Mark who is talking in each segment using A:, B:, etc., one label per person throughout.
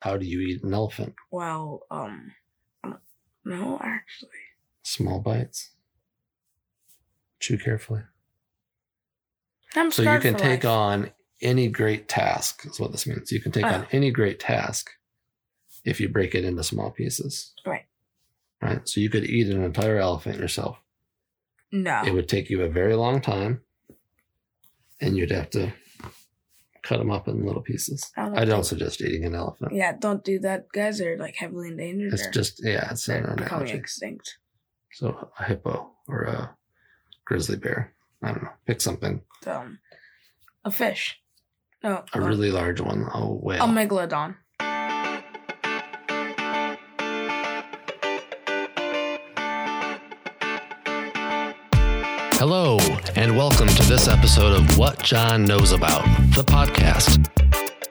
A: How do you eat an elephant?
B: Well, um, no, actually.
A: Small bites. Chew carefully.
B: I'm
A: So you
B: scarred
A: can
B: for
A: take
B: life.
A: on any great task, is what this means. You can take on
B: Oh.
A: any great task if you break it into small pieces.
B: Right.
A: Right. So you could eat an entire elephant yourself.
B: No.
A: It would take you a very long time, and you'd have to cut them up in little pieces.
B: I don't
A: I'd also just eating an elephant.
B: Yeah, don't do that. Guys are like heavily endangered.
A: It's
B: They're-
A: just, yeah, it's an
B: they're becoming
A: analogy.
B: extinct.
A: So a hippo or a grizzly bear. I don't know. Pick something.
B: Um, a fish. No,
A: A
B: um,
A: really large one. Oh, whale.
B: a megalodon.
A: Hello, and welcome to this episode of What John Knows About, the podcast.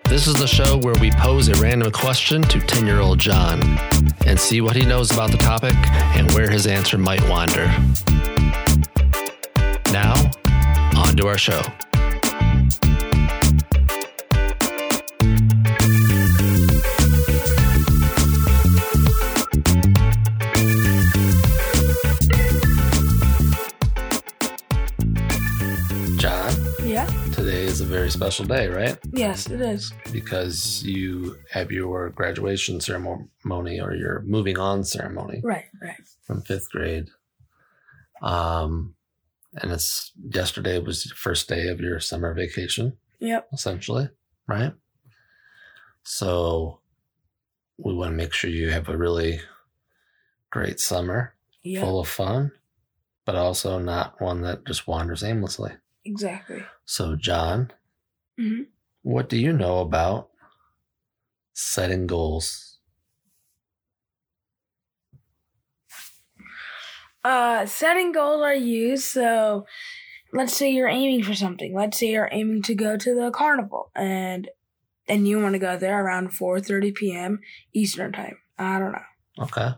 A: This is the show where we pose a random question to 10 year old John and see what he knows about the topic and where his answer might wander. Now, on to our show. John,
B: Yeah.
A: today is a very special day, right?
B: Yes, it is.
A: Because you have your graduation ceremony or your moving on ceremony.
B: Right, right.
A: from fifth grade. Um, and it's yesterday was the first day of your summer vacation,
B: Yep.
A: essentially, right? So we want to make sure you have a really great summer
B: Yep.
A: full of fun, but also not one that just wanders aimlessly.
B: Exactly.
A: So, John,
B: Mhm.
A: what do you know about setting goals?
B: Uh, setting goals are used. So, let's say you're aiming for something. Let's say you're aiming to go to the carnival, and and you want to go there around 4:30 p.m. Eastern time. I don't know.
A: Okay.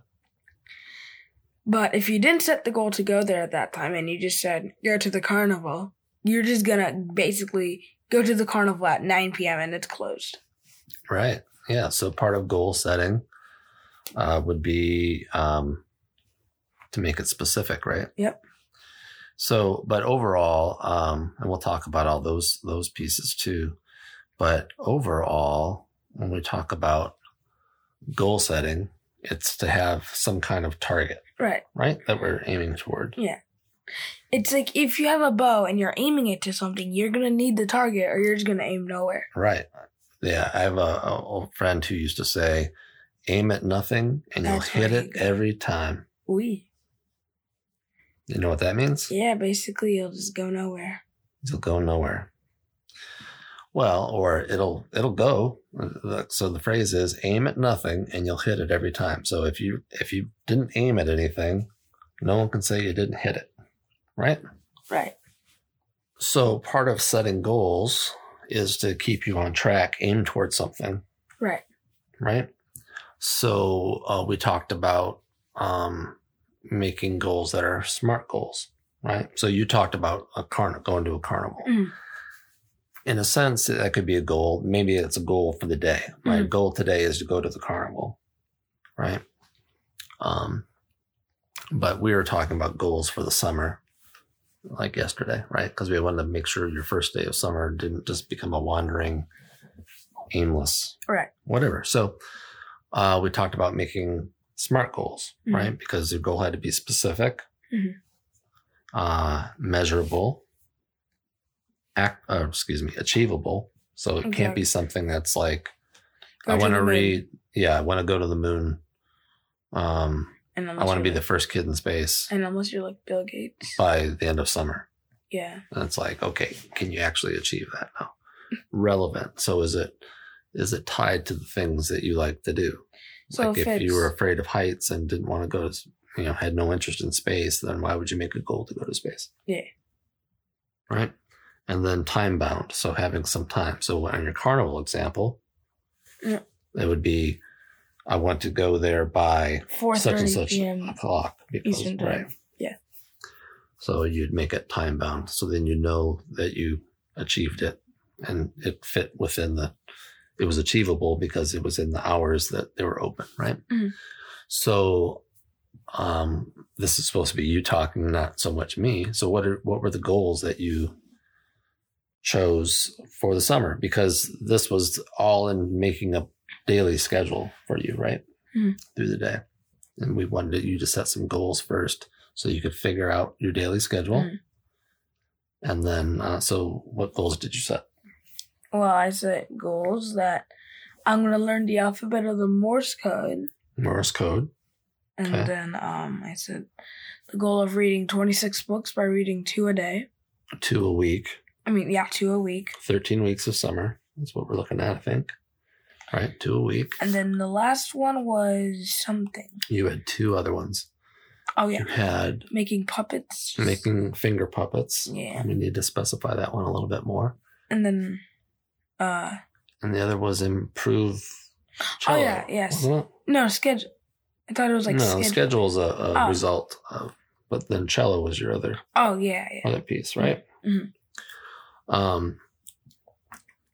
B: But if you didn't set the goal to go there at that time and you just said go to the carnival, you're just gonna basically go to the carnival at 9 p.m. and it's closed.
A: Right. Yeah. So part of goal setting uh, would be um, to make it specific, right?
B: Yep.
A: So, but overall, um, and we'll talk about all those those pieces too. But overall, when we talk about goal setting, it's to have some kind of target,
B: Right.
A: right? That we're aiming toward.
B: It's like if you have a bow and you're aiming it to something, you're gonna need the target or you're just gonna aim nowhere.
A: Right. Yeah. I have a, a old friend who used to say, "Aim at nothing, and you'll
B: That's where
A: hit
B: you
A: it
B: go.
A: every time."
B: We.
A: You know what that means?
B: Yeah, basically you'll just go nowhere.
A: it'll go nowhere well or it'll it'll go Uh, so the phrase is aim at nothing and you'll hit it every time so if you if you didn't aim at anything no one can say you didn't hit it right
B: Right.
A: so part of setting goals is to keep you on track aim towards something
B: Right.
A: right so uh, we talked about um, making goals that are smart goals right so you talked about a carnival going to a carnival
B: Mm.
A: in a sense, that could be a goal. Maybe it's a goal for the day. My
B: Mhm.
A: goal today is to go to the carnival, right? Um, but we were talking about goals for the summer, like yesterday, right? Because we wanted to make sure your first day of summer didn't just become a wandering, aimless,
B: Right.
A: Whatever. So uh, we talked about making smart goals,
B: Mhm.
A: right? Because your goal had to be specific,
B: Mhm.
A: uh, measurable, act, uh, excuse me, achievable. So it can't be something that's like
B: Go
A: I want
B: the
A: to
B: moon
A: read. Yeah, I want to go to the moon. Um,
B: and
A: I
B: unless
A: want to
B: you're
A: be the
B: like-
A: first kid in space
B: and unless you're like Bill Gates.
A: by the end of summer.
B: Yeah.
A: And it's like, okay, can you actually achieve that now? Relevant. So is it is it tied to the things that you like to do?
B: So
A: like
B: if
A: if you were
B: it's-
A: afraid of heights and didn't want to go to, s- you know, had no interest in space, then why would you make a goal to go to space?
B: Yeah.
A: Right. And then time bound. So having some time. So on your carnival example,
B: Yeah.
A: it would be, I want to go there by
B: Four
A: such and
B: thirty
A: such
B: PM
A: o'clock. Because,
B: Eastern time.
A: right. So you'd make it time bound. So then you know that you achieved it and it fit within the, it was achievable because it was in the hours that they were open, right?
B: Mhm.
A: So um, this is supposed to be you talking, not so much me. So what are what were the goals that you chose for the summer? Because this was all in making a daily schedule for you, right?
B: Mhm.
A: Through the day. And we wanted you to set some goals first so you could figure out your daily schedule.
B: Mhm.
A: And then, uh, so what goals did you set?
B: Well, I set goals that I'm gonna learn the alphabet of the Morse code,
A: Morse code.
B: and
A: Okay.
B: then um, I set the goal of reading 26 books by reading two a day.
A: two a week,
B: I mean, yeah, two a week.
A: 13 weeks of summer. That's what we're looking at, I think. All right, two a week.
B: And then the last one was something.
A: You had two other ones.
B: Oh yeah,
A: You had
B: making puppets.
A: making finger puppets.
B: Yeah.
A: We need to specify that one a little bit more.
B: And then, uh,
A: And the other was improve. Cello,
B: Oh, yeah, yes.
A: wasn't it?
B: no schedule. I thought it was like
A: no,
B: schedule.
A: schedule's a, a
B: Oh.
A: result of, but then cello was your other
B: Oh yeah, yeah.
A: other piece, right?
B: Mhm.
A: Um,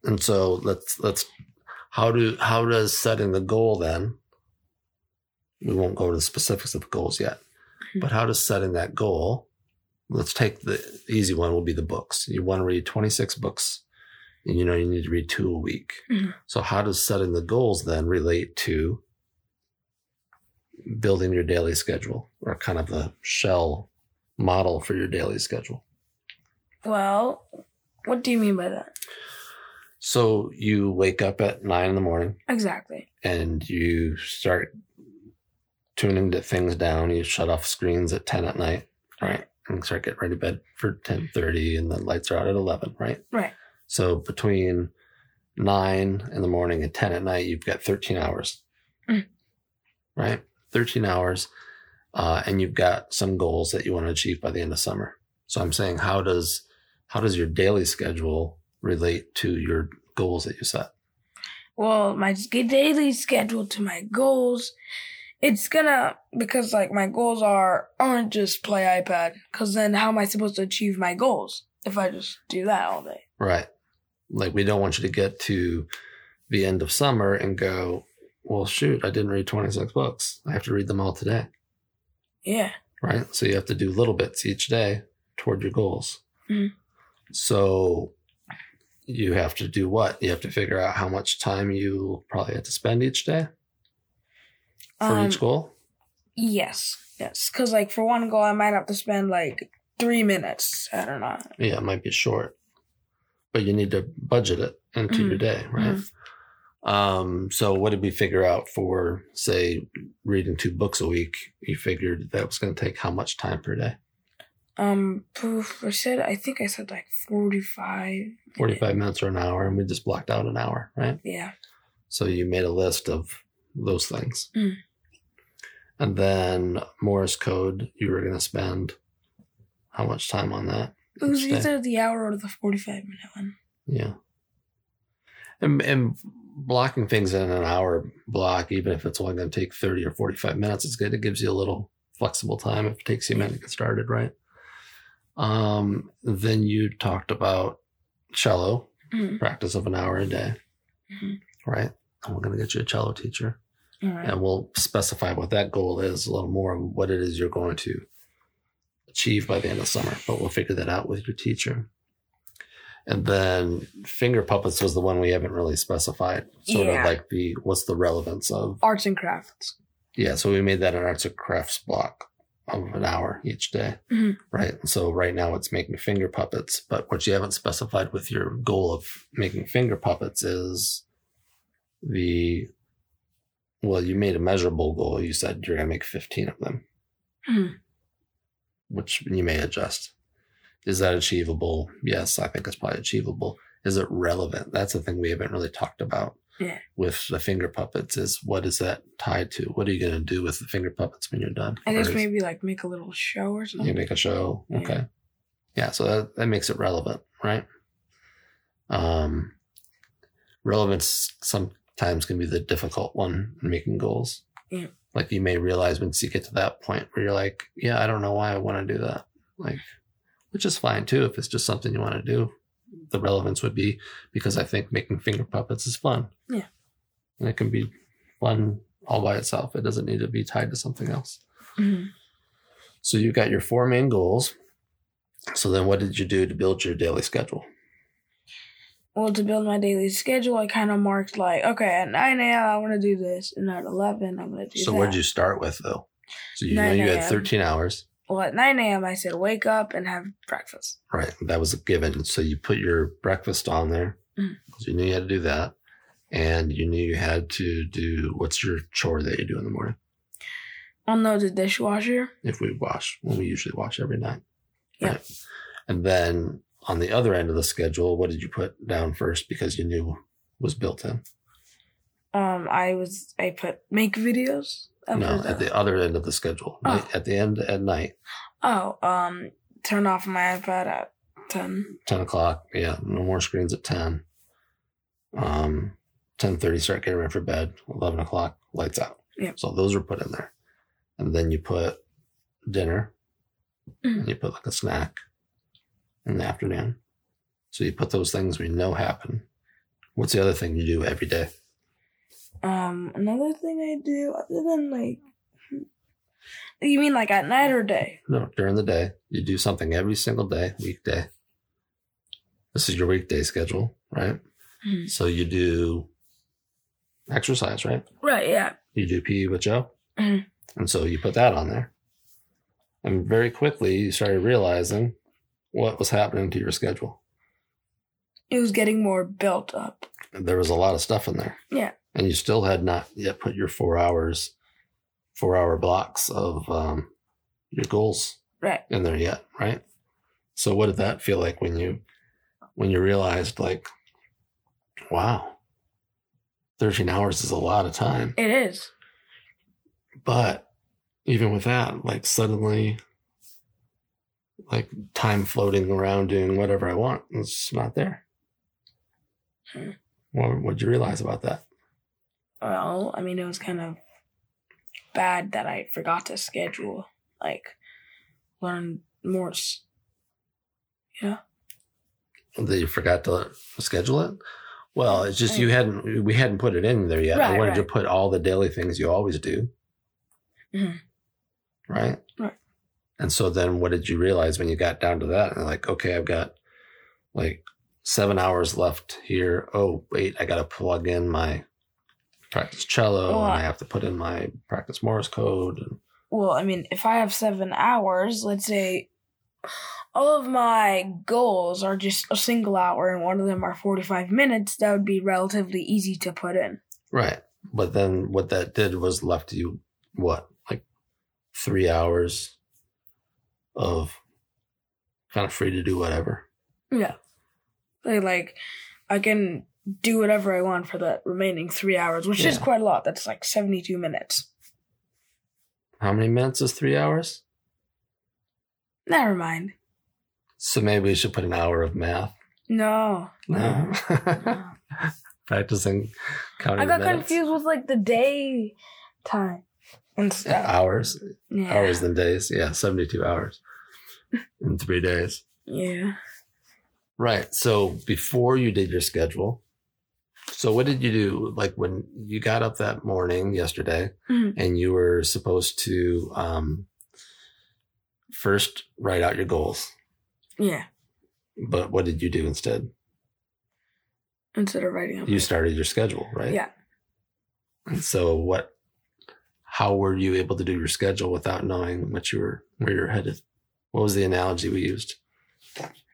A: and so let's let's how do how does setting the goal then? We won't go to the specifics of the goals yet,
B: Mhm.
A: but how does setting that goal? Let's take the easy one. Will be the books. You want to read twenty six books, and you know you need to read two a week.
B: Mhm.
A: So how does setting the goals then relate to building your daily schedule or kind of the shell model for your daily schedule?
B: Well, what do you mean by that?
A: So you wake up at nine in the morning
B: Exactly.
A: and you start tuning the things down. You shut off screens at ten at night, right? And start getting ready to bed for ten thirty, and the lights are out at eleven, right?
B: Right.
A: So between nine in the morning and ten at night, you've got thirteen hours,
B: Mm.
A: right? Thirteen hours, uh, and you've got some goals that you want to achieve by the end of summer. So I'm saying, how does how does your daily schedule relate to your goals that you set?
B: Well, my s- daily schedule to my goals, it's gonna because like my goals are aren't just play iPad. Cause then how am I supposed to achieve my goals if I just do that all day?
A: Right. Like we don't want you to get to the end of summer and go, well, shoot, I didn't read 26 books. I have to read them all today.
B: Yeah.
A: Right. So you have to do little bits each day toward your goals.
B: Mhm.
A: So you have to do what? You have to figure out how much time you probably have to spend each day for
B: Um,
A: each goal.
B: Yes. Yes. Cause like for one goal, I might have to spend like three minutes. I don't know.
A: Yeah, it might be short, but you need to budget it into your day, right? Um, so what did we figure out for say reading two books a week? You figured that was going to take how much time per day?
B: Um, poof, I said I think I said like forty-five.
A: 45 minutes or an hour, and we just blocked out an hour, right?
B: Yeah.
A: So you made a list of those things.
B: Mm.
A: And then Morse code, you were going to spend how much time on that?
B: It was
A: each day?
B: either the hour or the forty-five minute one.
A: Yeah. And, and blocking things in an hour block, even if it's only going to take 30 or 45 minutes, it's good. It gives you a little flexible time if it takes you a minute to get started, right? Um, then you talked about cello,
B: Mhm.
A: practice of an hour a day,
B: Mhm.
A: right? And we're going to get you a cello teacher
B: All right.
A: and we'll specify what that goal is a little more and what it is you're going to achieve by the end of summer but we'll figure that out with your teacher and then finger puppets was the one we haven't really specified sort of
B: Yeah.
A: like the what's the relevance of
B: Arts and crafts.
A: yeah so we made that an arts and crafts block of an hour each day
B: Mhm.
A: right and so right now it's making finger puppets but what you haven't specified with your goal of making finger puppets is the well you made a measurable goal you said you're going to make 15 of them
B: Mhm.
A: which you may adjust is that achievable yes i think it's probably achievable is it relevant that's the thing we haven't really talked about
B: Yeah.
A: with the finger puppets is what is that tied to what are you going to do with the finger puppets when you're done
B: I guess
A: Or is-
B: maybe like make a little show or something.
A: you make a show.
B: Yeah.
A: Okay. Yeah. So that, that makes it relevant, right? Um, relevance sometimes can be the difficult one in making goals.
B: Yeah.
A: Like you may realize once you get to that point where you're like, yeah, I don't know why I want to do that. Like, which is fine too, if it's just something you want to do the relevance would be because I think making finger puppets is fun.
B: Yeah.
A: And it can be fun all by itself. It doesn't need to be tied to something else.
B: Mhm.
A: So you got your four main goals. So then what did you do to build your daily schedule?
B: Well, to build my daily schedule, I kind of marked like, okay, at 9 a.m. I want to do this, and at 11 I'm gonna do
A: So
B: that.
A: where'd you start with though? So you know
B: 9
A: you had
B: a.m..
A: 13 hours.
B: Well, at 9 a.m. I said wake up and have breakfast.
A: Right. That was a given. So you put your breakfast on there
B: Mm.
A: because you knew you had to do that. And you knew you had to do what's your chore that you do in the morning
B: Unload the dishwasher.
A: if we wash, when we usually wash every night.
B: Yeah.
A: And then on the other end of the schedule, what did you put down first because you knew was built in?
B: Um, I was I put make videos. I
A: no,
B: put
A: at
B: the-
A: the other end of the schedule,
B: Oh.
A: night- at the end at night,
B: oh, um, turn off my iPad at 10.
A: 10 o'clock. Yeah. No more screens at 10. Um, 10.30 start getting ready for bed 11 o'clock lights out
B: Yeah.
A: so those are put in there and then you put dinner
B: Mhm.
A: and you put like a snack in the afternoon so you put those things we know happen what's the other thing you do every day
B: Um, another thing I do other than like, you mean like at night or day?
A: no during the day you do something every single day weekday this is your weekday schedule right
B: Mhm.
A: so you do exercise right
B: Right. Yeah.
A: you do PE E with Joe.
B: Mhm.
A: And so you put that on there. And very quickly, you started realizing what was happening to your schedule.
B: It was getting more built up.
A: There was a lot of stuff in there.
B: Yeah.
A: And you still had not yet put your four hours, four hour blocks of um, your goals
B: Right.
A: in there yet, right? So what did that feel like when you when you realized like, wow, 13 hours is a lot of time.
B: It is.
A: but even with that like suddenly like time floating around doing whatever i want it's not there
B: Hmm.
A: what would you realize about that
B: Well, I mean, it was kind of bad that I forgot to schedule, like, learn more. s-
A: that you forgot to schedule it well it's just you hadn't we hadn't put it in there yet i
B: Right,
A: wanted to
B: right.
A: put all the daily things you always do
B: Mhm.
A: right
B: Right.
A: and so then what did you realize when you got down to that and like okay i've got like seven hours left here oh wait i gotta plug in my practice cello
B: Well,
A: and i
B: I-
A: have to put in my practice morse code and
B: Well, I mean, if I have seven hours, let's say all of my goals are just a single hour and one of them are 45 minutes, that would be relatively easy to put in.
A: Right. But then what that did was left you what? Like three hours of kind of free to do whatever.
B: Yeah. Like, like, I can do whatever I want for the remaining three hours, which is
A: Yeah.
B: quite a lot. That's like 72 minutes.
A: How many minutes is three hours?
B: Never mind.
A: So maybe we should put an hour of math.
B: No.
A: No. Practicing counting
B: I got
A: minutes.
B: confused with like the day time and
A: Yeah,
B: stuff.
A: hours.
B: Yeah.
A: Hours than days. Yeah, 72 hours in three days.
B: Yeah.
A: Right. So before you did your schedule, so what did you do? Like when you got up that morning yesterday
B: Mhm.
A: and you were supposed to um, first write out your goals,
B: Yeah.
A: but what did you do instead?
B: Instead of writing up.
A: You started your schedule, right?
B: Yeah.
A: And so what, how were you able to do your schedule without knowing what you were, where you're headed? What was the analogy we used?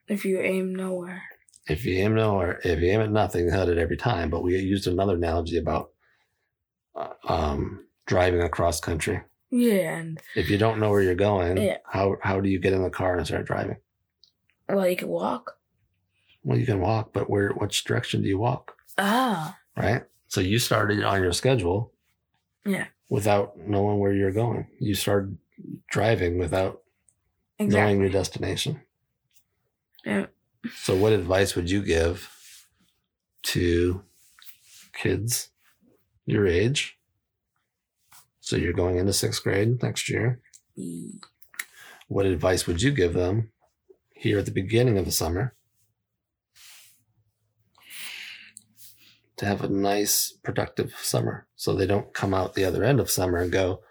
B: If you aim nowhere.
A: if you aim no or if you aim at nothing, hit it every time. But we used another analogy about uh, um, driving across country.
B: Yeah, and
A: If you don't know where you're going,
B: Yeah.
A: how how do you get in the car and start driving?
B: well, you can walk.
A: Well, you can walk, but where which direction do you walk?
B: Ah,
A: Right. So you started on your schedule.
B: Yeah.
A: Without knowing where you're going, you started driving without knowing
B: exactly.
A: your destination.
B: Yeah.
A: So, what advice would you give to kids your age? So, you're going into sixth grade next year.
B: E-
A: What advice would you give them here at the beginning of the summer to have a nice, productive summer. So they don't come out the other end of summer and go,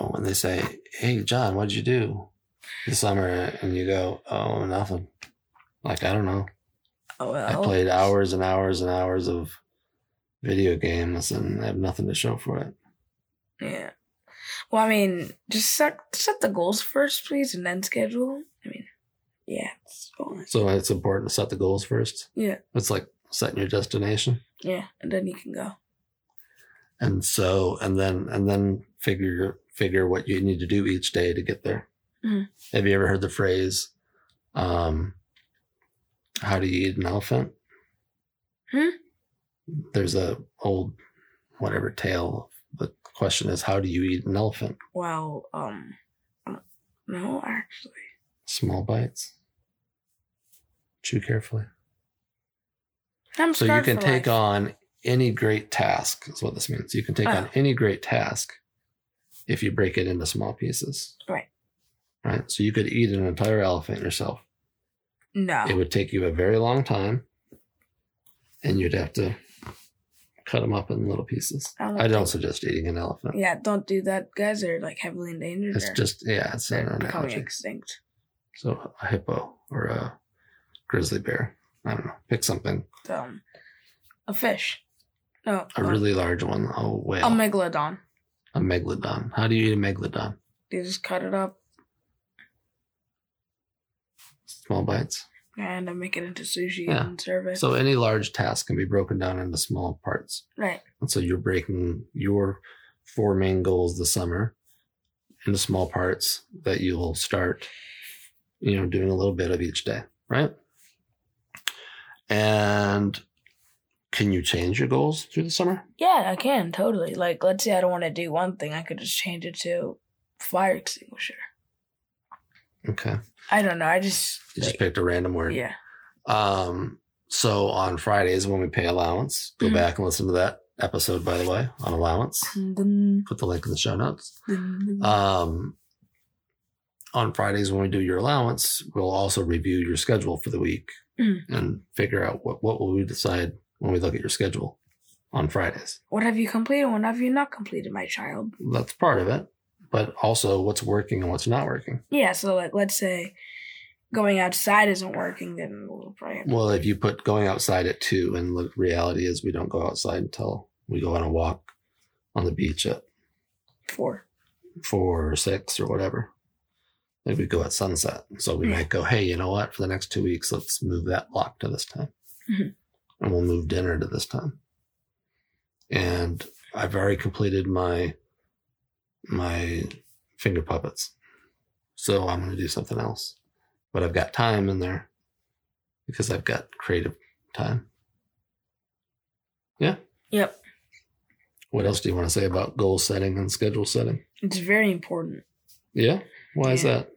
A: oh, when they say, hey, John, what'd you do this summer? And you go, oh, nothing. Like, I don't know.
B: Oh
A: I
B: well.
A: played hours and hours and hours of video games and I have nothing to show for it.
B: Yeah. Well, I mean, just set set the goals first, please, and then schedule. I mean, yeah, it's fine.
A: So it's important to set the goals first.
B: Yeah.
A: It's like setting your destination.
B: Yeah, and then you can go.
A: And so and then and then figure figure what you need to do each day to get there.
B: Mhm.
A: Have you ever heard the phrase um how do you eat an elephant?
B: Hmm?
A: There's a old whatever tale. The question is how do you eat an elephant?
B: Well, um, uh, no, actually,
A: Small bites. Chew carefully.
B: I'm
A: So you
B: scarred
A: can
B: for
A: take
B: life.
A: on any great task, is what this means. You can take on
B: Oh.
A: any great task if you break it into small pieces.
B: Right.
A: Right. So you could eat an entire elephant yourself.
B: No.
A: It would take you a very long time and you'd have to cut them up in little pieces.
B: I don't
A: I don't suggest eating an elephant.
B: yeah, don't do that, guys. They're like heavily endangered.
A: It's
B: or
A: just, yeah, it's an
B: they're becoming
A: analogy.
B: extinct.
A: So a hippo or a grizzly bear. I don't know. Pick something.
B: Um, a fish. No,
A: A
B: um,
A: really large one. A whale.
B: a megalodon.
A: a megalodon. How do you eat a megalodon?
B: You just cut it up
A: small bites.
B: and then make it into sushi
A: Yeah.
B: and serve it.
A: So any large task can be broken down into small parts.
B: right.
A: And so you're breaking your four main goals this summer into small parts that you will start, you know, doing a little bit of each day, right? And can you change your goals through the summer?
B: Yeah, I can totally. Like, let's say I don't want to do one thing, I could just change it to fire extinguisher.
A: Okay.
B: I don't know. I just,
A: You just picked a random word.
B: yeah,
A: Um, so on Fridays when we pay allowance, go
B: Mhm.
A: back and listen to that episode, by the way, on allowance.
B: Mm-hmm. Dun,
A: Put the link in the show notes.
B: dun, dun.
A: Um, on Fridays when we do your allowance, we'll also review your schedule for the week
B: Mm.
A: and figure out what what will we decide when we look at your schedule on Fridays.
B: what have you completed? What have you not completed, my child?
A: That's part of it, but also what's working and what's not working.
B: Yeah. So, like, let's say going outside isn't working, then we'll probably have
A: Well, if you put going outside at two, and the reality is we don't go outside until we go on a walk on the beach at Mm.
B: four.
A: four or six or whatever. Like we go at sunset. So we
B: Mhm.
A: might go, hey, you know what? For the next two weeks, let's move that block to this time.
B: Mhm.
A: And we'll move dinner to this time. And I've already completed my my finger puppets. So I'm gonna do something else. But I've got time in there because I've got creative time. Yeah.
B: Yep.
A: What else do you want to say about goal setting and schedule setting?
B: It's very important.
A: Yeah. Why is
B: Yeah.
A: that?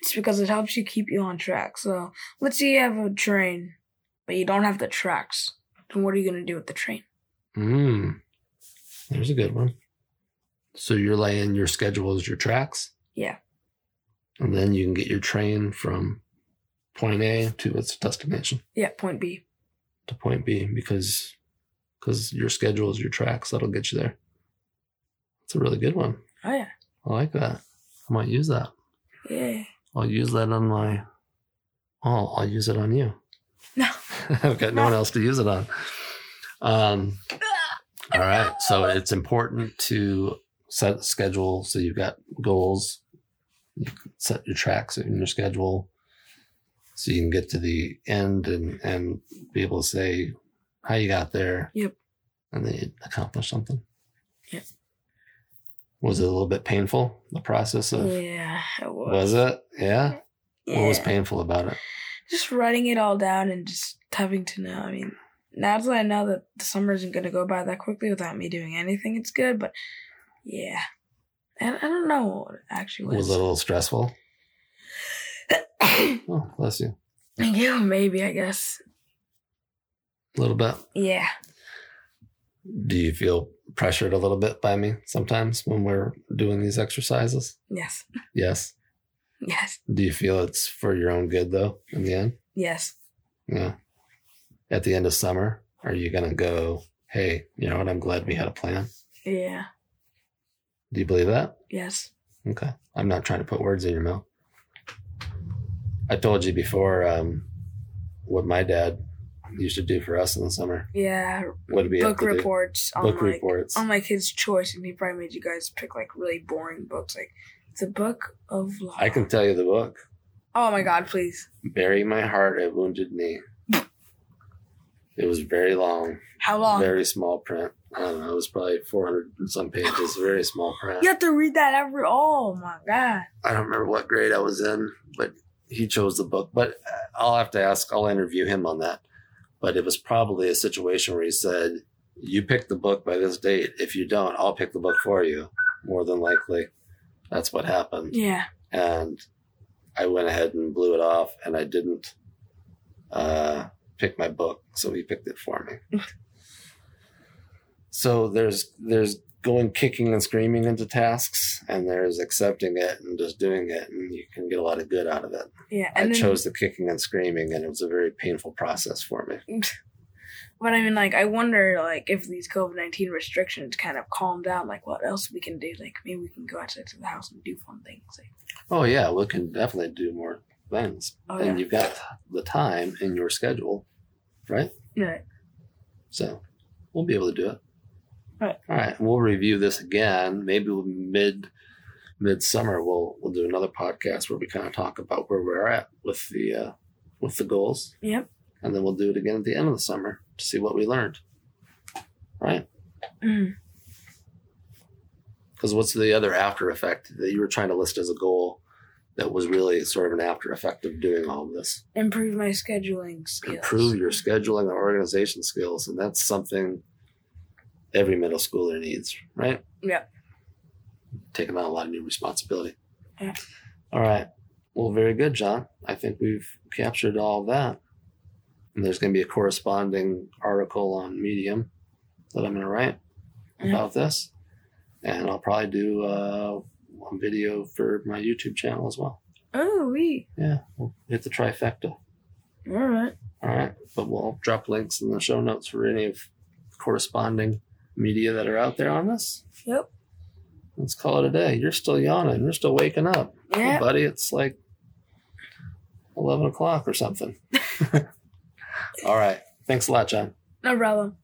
B: It's because it helps you keep you on track. So, let's say you have a train, but you don't have the tracks. Then what are you going to do with the train?
A: Mm. There's a good one. So you're laying your schedule as your tracks.
B: Yeah.
A: And then you can get your train from point A to its destination
B: Yeah, point B.
A: to point B because because your schedule is your tracks that'll get you there. It's a really good one.
B: Oh, yeah.
A: I like that. I might use that.
B: Yeah.
A: I'll use that on my. Oh, I'll use it on you.
B: No.
A: I've got no one else to use it on. Um, all right. So it's important to set a schedule. So you've got goals. You can set your tracks in your schedule so you can get to the end and, and be able to say how you got there.
B: Yep.
A: And then you accomplish something.
B: Yep.
A: Was it a little bit painful, the process of.
B: Yeah, it
A: Was
B: was.
A: it? Yeah. What was
B: Yeah.
A: painful about it?
B: Just writing it all down and just having to know. I mean, now that I know that the summer isn't going to go by that quickly without me doing anything, it's good, but yeah. And I don't know what it actually
A: Was
B: was.
A: it a little stressful?
B: I
A: Oh, bless you.
B: yeah, maybe, I guess.
A: A little bit.
B: Yeah.
A: Do you feel pressured a little bit by me sometimes when we're doing these exercises?
B: Yes.
A: Yes.
B: Yes.
A: Do you feel it's for your own good though in the end?
B: Yes.
A: Yeah. At the end of summer, Are you going to go, hey, you know what? I'm glad we had a plan.
B: Yeah.
A: Do you believe that?
B: Yes.
A: Okay. I'm not trying to put words in your mouth. I told you before um, what my dad used to do for us in the summer.
B: Yeah.
A: What we have
B: book
A: to do?
B: reports on
A: Book
B: like
A: reports.
B: on my kid's choice, and he probably made you guys pick like really boring books, like the Book of Law.
A: I can tell you the book.
B: Oh my God! Please.
A: Bury My Heart at Wounded Knee. It was very long,
B: How long?
A: very small print. I don't know. It was probably 400 and some pages, very small print.
B: You have to read that every. Oh my God.
A: I don't remember what grade I was in, but he chose the book. But I'll have to ask, I'll interview him on that. But it was probably a situation where he said, You pick the book by this date. If you don't, I'll pick the book for you. More than likely, that's what happened.
B: Yeah.
A: And I went ahead and blew it off and I didn't uh, pick my book. So he picked it for me. so there's, there's, going kicking and screaming into tasks and there's accepting it and just doing it and you can get a lot of good out of it
B: Yeah.
A: i
B: And then,
A: chose the kicking and screaming and it was a very painful process for me
B: But I mean, like, I wonder, like, if these COVID nineteen restrictions kind of calm down, like, what else we can do? Like, maybe we can go outside to the house and do fun things. Like,
A: oh yeah we can definitely do more things
B: oh
A: and
B: yeah.
A: you've got the time in your schedule right
B: yeah.
A: so we'll be able to do it
B: Right.
A: all right we'll review this again maybe we'll mid midsummer we'll we'll do another podcast where we kind of talk about where we're at with the uh with the goals
B: Yep.
A: and then we'll do it again at the end of the summer to see what we learned. Right?
B: Mm.
A: Because what's the other after effect that you were trying to list as a goal that was really sort of an after effect of doing all of this?
B: Improve my scheduling skills.
A: Improve your scheduling and organization skills, and that's something every middle schooler needs, right?
B: Yeah.
A: Taking on a lot of new responsibility.
B: Yeah.
A: All right. Well, very good, John. I think we've captured all of that. And there's going to be a corresponding article on Medium that I'm going to write
B: Yeah.
A: about this. And I'll probably do uh, one video for my YouTube channel as well.
B: Oh, we.
A: Yeah, we'll hit the trifecta.
B: All right.
A: All right. But we'll drop links in the show notes for any of corresponding media that are out there on this.
B: Yep.
A: Let's call it a day. You're still yawning. You're still waking up. Hey,
B: Yeah.
A: buddy, it's like 11 o'clock or something. All right. Thanks a lot, John.
B: No problem.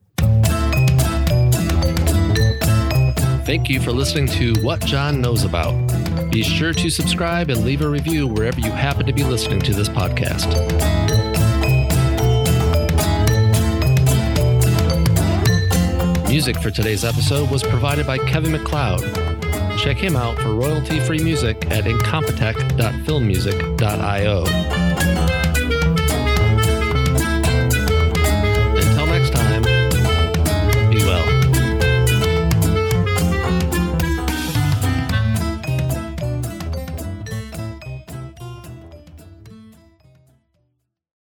A: Thank you for listening to What John Knows About. Be sure to subscribe and leave a review wherever you happen to be listening to this podcast. Music for today's episode was provided by Kevin McLeod. Check him out for royalty free music at incompetech.filmmusic.io.